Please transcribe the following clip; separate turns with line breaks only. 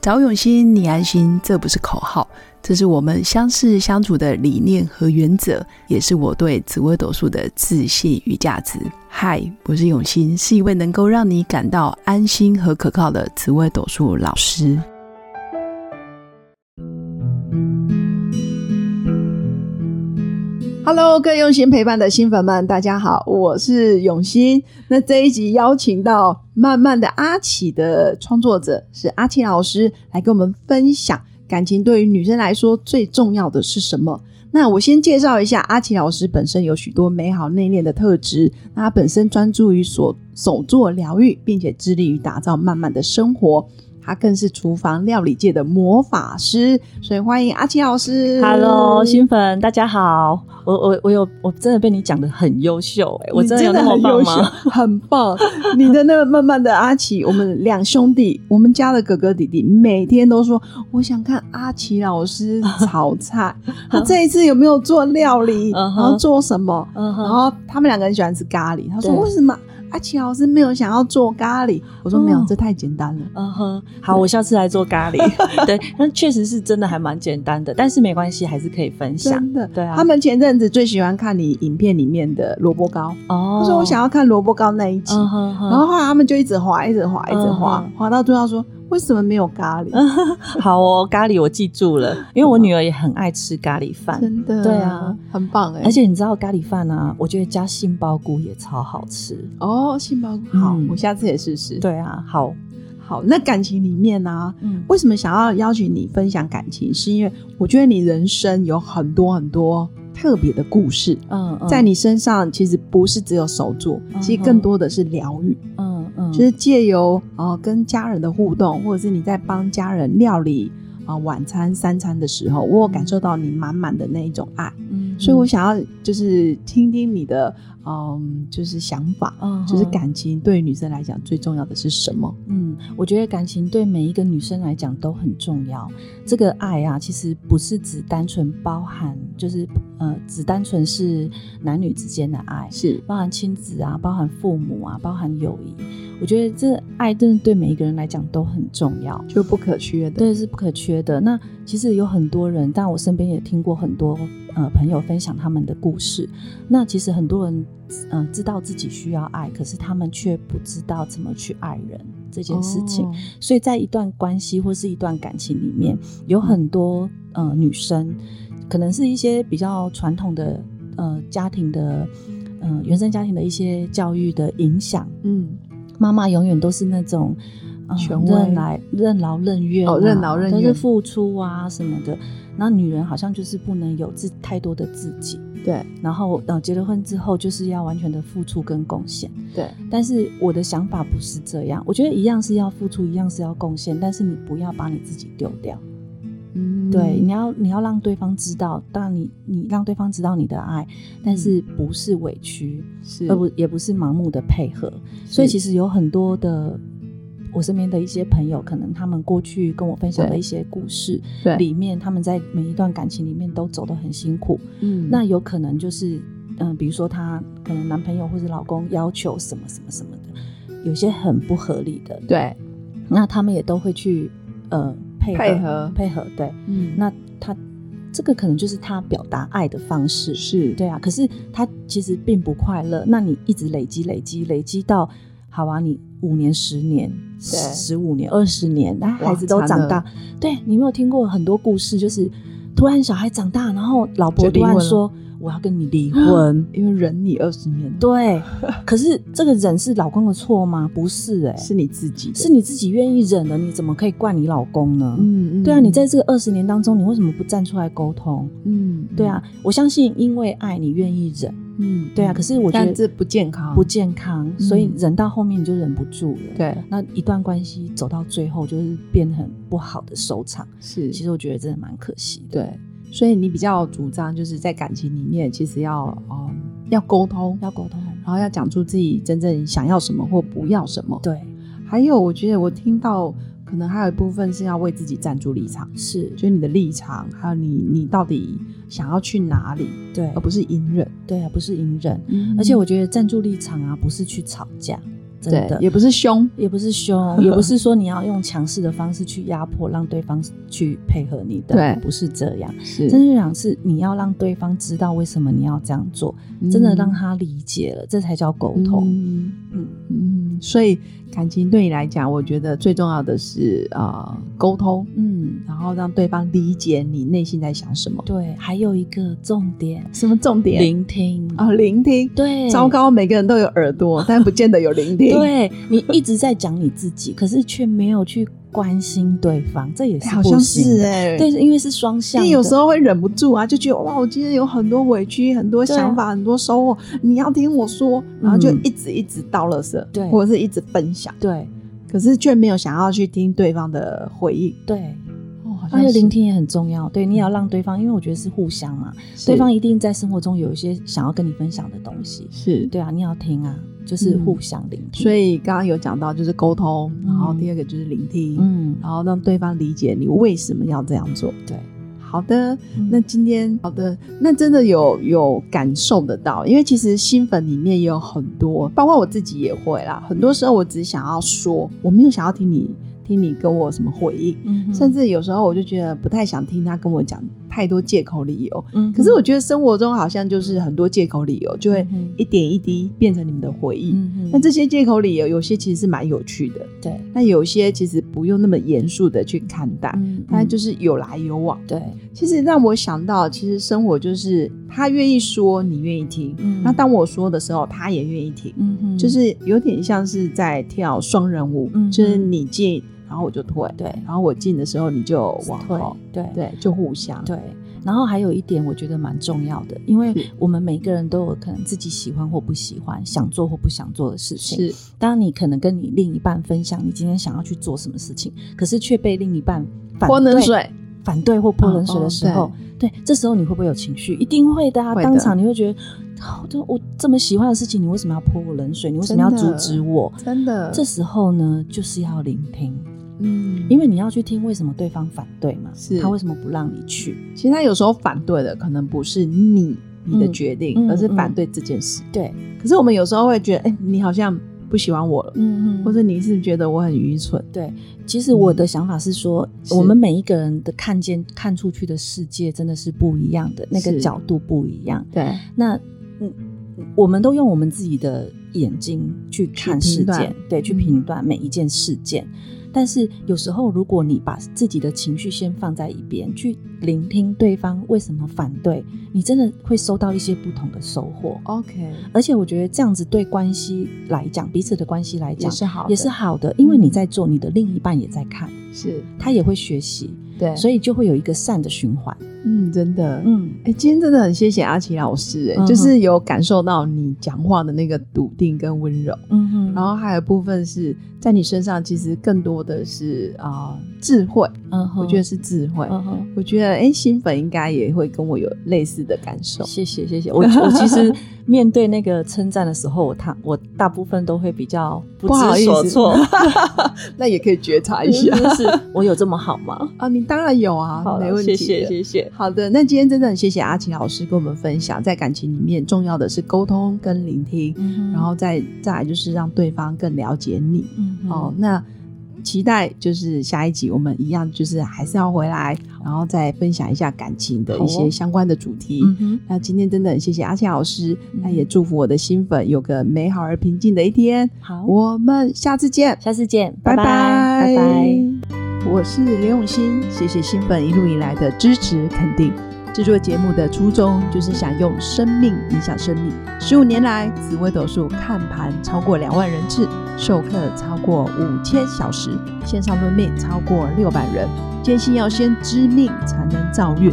找永新，你安心，这不是口号，这是我们相识相处的理念和原则，也是我对紫微斗数的自信与价值。嗨，我是永新，是一位能够让你感到安心和可靠的紫微斗数老师。
Hello，各位用心陪伴的新粉们，大家好，我是永新。那这一集邀请到《慢慢的阿奇》的创作者是阿奇老师，来跟我们分享感情对于女生来说最重要的是什么。那我先介绍一下阿奇老师本身有许多美好内敛的特质，那他本身专注于所手作疗愈，并且致力于打造慢慢的生活。他更是厨房料理界的魔法师，所以欢迎阿奇老师。
Hello，新粉，大家好！我我我有，我真的被你讲的很优秀哎、我
你
真的有那么
很优
棒
秀，
吗？
很棒！你的那个慢慢的阿奇，我们两兄弟，我们家的哥哥弟弟，每天都说我想看阿奇老师炒 菜，他这一次有没有做料理，然
嗯哼
后做什么？
嗯
然
哼，
后他们两个人喜欢吃咖喱，他说
对
为什么阿奇老师没有想要做咖喱？我说没有
哦，
这太简单了。
嗯哼，好，我下次来做咖喱。 对，那确实是真的还蛮简单的，但是没关系，还是可以分享
真的，
对啊
他们前阵子最喜欢看你影片里面的萝卜糕，
哦。
他说我想要看哦萝卜糕那一集，
嗯哼哼，
然后后来他们就一直滑，一直滑，一直滑，
嗯
滑到最后说为什么没有咖喱？
好哦，咖喱我记住了，因为我女儿也很爱吃咖喱饭，
真的，
对啊，
很棒哎、
而且你知道咖喱饭啊，我觉得加杏鲍菇也超好吃。
哦，杏鲍菇好，
嗯
我下次也试试。，
对啊，好，
好，那感情里面呢、啊？
嗯
为什么想要邀请你分享感情？是因为我觉得你人生有很多很多特别的故事，
嗯，嗯
在你身上其实不是只有手作，
嗯
其实更多的是疗愈，
嗯嗯，
就是借由呃跟家人的互动，或者是你在帮家人料理啊、呃晚餐、三餐的时候，我有感受到你满满的那一种爱。
嗯
所以我，想要就是听听你的，嗯，就是想法，
嗯
就是
哼
感情对于女生来讲最重要的是什么？
嗯，我觉得感情对每一个女生来讲都很重要。这个爱啊，其实不是只单纯包含，就是呃，只单纯是男女之间的爱，
是
包含亲子啊，包含父母啊，包含友谊。我觉得这爱真的对每一个人来讲都很重要。
就不可缺的。
对，是不可缺的。那其实有很多人，但我身边也听过很多呃朋友分享他们的故事。那其实很多人嗯、呃知道自己需要爱，可是他们却不知道怎么去爱人这件事情。
哦
所以在一段关系或是一段感情里面，有很多呃女生，可能是一些比较传统的呃家庭的呃原生家庭的一些教育的影响，
嗯，
妈妈永远都是那种。呃
权威
任来任劳任怨、啊，
哦任劳任怨
都是付出啊什么的。那女人好像就是不能有自太多的自己，
对
然后呃结了婚之后就是要完全的付出跟贡献。
对，
但是我的想法不是这样，我觉得一样是要付出，一样是要贡献，但是你不要把你自己丢掉。
嗯
对，你要你要让对方知道，当然你你让对方知道你的爱，但是不是委屈，
是
而呃不也不是盲目的配合。所以
嗯
其实有很多的。我身边的一些朋友，可能他们过去跟我分享的
对
一些故事
对，
里面，他们在每一段感情里面都走得很辛苦，
嗯
那有可能就是，嗯、比如说她可能男朋友或者老公要求什么什么什么的，有些很不合理的，
对，
那他们也都会去呃配合
配合
配合，对，
嗯
那他这个可能就是他表达爱的方式，
是
对啊，可是他其实并不快乐，那你一直累积累积累积到，好啊，你五年、十年、十五年、二十年，那孩子都长
惨
大，对你有没有听过很多故事，就是突然小孩长大，然后老婆
就离
突
婚
然
了
说我要跟你
，
离婚
因为忍你二十年，
对，可是这个忍是老公的错吗？不是、欸，哎，
是你自己的，
是你自己愿意忍的，你怎么可以怪你老公呢？
嗯嗯，
对啊，你在这个二十年当中，你为什么不站出来沟通？
嗯，嗯
对啊，，我相信因为爱你愿意忍，
嗯，
对啊。可
是
是我觉
但
得
这不健康，
不健康，
嗯
所以忍到后面你就忍不住了。，
对，
那一段关系走到最后就是变得很不好的收场。
是
其实我觉得真的蛮可惜的。
对，所以你比较主张就是在感情里面，其实要嗯要沟通，
要沟通。
然后要讲出自己真正想要什么或不要什么。，
对，
还有我觉得我听到可能还有一部分是要为自己站住立场，
是，
就是你的立场，还有你你到底想要去哪里，
对
哦而，不是隐忍。嗯
对啊，不是隐忍。而且我觉得站住立场啊，不是去吵架，嗯真
对
的，
也不是凶，
也不 是凶，也不是说你要用强势的方式去压迫，让对方去配合你的，
对
不是这样。
是
真正讲是你要让对方知道为什么你要这样做，嗯真的让他理解了，这才叫沟通。
嗯
嗯，
嗯，所以感情对你来讲，我觉得最重要的是啊、呃沟通，
嗯，
然后让对方理解你内心在想什么。
对，还有一个重点，
什么重点？
聆听。
啊、聆听。
对，
糟糕，每个人都有耳朵，但不见得有聆听。
对你一直在讲你自己，可是却没有去关心对方，这也
哎，
是
好
不
像
行
是
的。
哎、
对，因为是双向
因为
的，
有时候会忍不住啊，就觉得哇，我今天有很多委屈、很多想法、很多收获，你要听我说，然后就一直一直倒垃圾，
对
或者是一直分享，
对
可是却没有想要去听对方的回应。
对，
哦，好
而且
是
聆听也很重要。对，你也要让对方，因为我觉得是互相嘛，对方一定在生活中有一些想要跟你分享的东西。
是对。
对啊，你要听啊，就是
嗯
互相聆听。
所，以刚刚有讲到就是沟通，
嗯
然后第二个就是聆听，
嗯，
然后让对方理解你为什么要这样做。
对，
好的，
嗯
那今天好的，那真的有有感受得到，因为其实新粉里面也有很多，包括我自己也会啦。很多时候我只想要说，我没有想要听你听你跟我什么回应，
嗯哼
甚，至有时候我就觉得不太想听他跟我讲太多借口理由。
嗯哼，
可是我觉得生活中好像就是很多借口理由，就会
嗯哼
一点一滴变成你们的回忆。
嗯哼，
那这些借口理由有些其实是蛮有趣的，
对，
那有些其实不用那么严肃的去看待，
嗯
它
嗯
就是有来有往。
对，
其实让我想到，其实生活就是他愿意说，你愿意听。
嗯
那当我说的时候，他也愿意听，
嗯哼，
就是有点像是在跳双人舞，
嗯
就是你进，然后我就退，
对
然后我进的时候你就往
对
后，
对对
对，就互相。
对，然后还有一点我觉得蛮重要的，因为
是
我们每个人都有可能自己喜欢或不喜欢、想做或不想做的事情。
是，
当你可能跟你另一半分享你今天想要去做什么事情，可是却被另一半反
泼冷
对、
水，
反对或泼冷水
哦哦
的时候，对这时候你会不会有情绪？一定会的啊！
会的
当场你会觉得，哦，这我这么喜欢的事情，你为什么要泼我冷水？你为什么要
真
阻
的
止我？
真的
这时候呢，就是要聆听，
嗯，因
因
为
为你要去听为什么对方反对嘛，
是
他为什么不让你去？
其实他有时候反对的可能不是你你的
嗯
决定，
嗯
而是反
嗯
对这件事。
对，
可是我们有时候会觉得，哎、你好像不喜欢我了，
嗯嗯
或者你是觉得我很愚蠢。
其实我的想法是说，
是
我们每一个人的看见、看出去的世界真的是不一样的，那
是
个角度不一样。
对，
那嗯，我们都用我们自己的眼睛去看
去
事
评断嗯
件，对，去评断每一件事件。但是有时候，如果你把自己的情绪先放在一边，去聆听对方为什么反对，你真的会收到一些不同的收获。
OK，
而且我觉得这样子对关系来讲，彼此的关系来
也
讲
是好的，嗯
也是好的，因为你在做，你的另一半也在看，
是，
他也会学习，
对，
所以就会有一个善的循环。
嗯，真的，嗯，
嗯，
哎、今天真的很谢谢阿奇老师、哎、
嗯哼
就是有感受到你讲话的那个笃定跟温柔，
嗯哼
然后还有部分是在你身上，其实更多的是啊、智慧，
嗯哼
我觉得，是智慧。
嗯哼，
我觉得，哎、新粉应该也会跟我有类似的感受。
谢谢谢谢。我我其实面对那个称赞的时候，我他我大部分都会比较 不
不好
知
意
所
思
措，
那也可以觉察一下
就是我有这么好 吗？
啊，你当然有啊
好，了
没问题的。
谢谢谢谢。
好的，那今天真的很谢谢阿奇老师跟我们分享，在感情里面重要的是沟通跟聆听，
嗯哼
然后再再来就是让对方更了解你。
嗯哼
哦，，那期待就是下一集我们一样就是还是要回来，然后再分享一下感情的一
好
些
哦
相关的主题。
嗯哼，
那今天真的很谢谢阿奇老师，
嗯
那也祝福我的新粉有个美好而平静的一天。
好，
我们下次见，
下次见，
拜拜
拜拜。
我是刘永新，谢谢新粉一路以来的支持肯定。制作节目的初衷就是想用生命影响生命。十五年来，紫微斗数看盘超过两万人次，授课超过五千小时，线上论命超过六百人。坚信要先知命才能造运，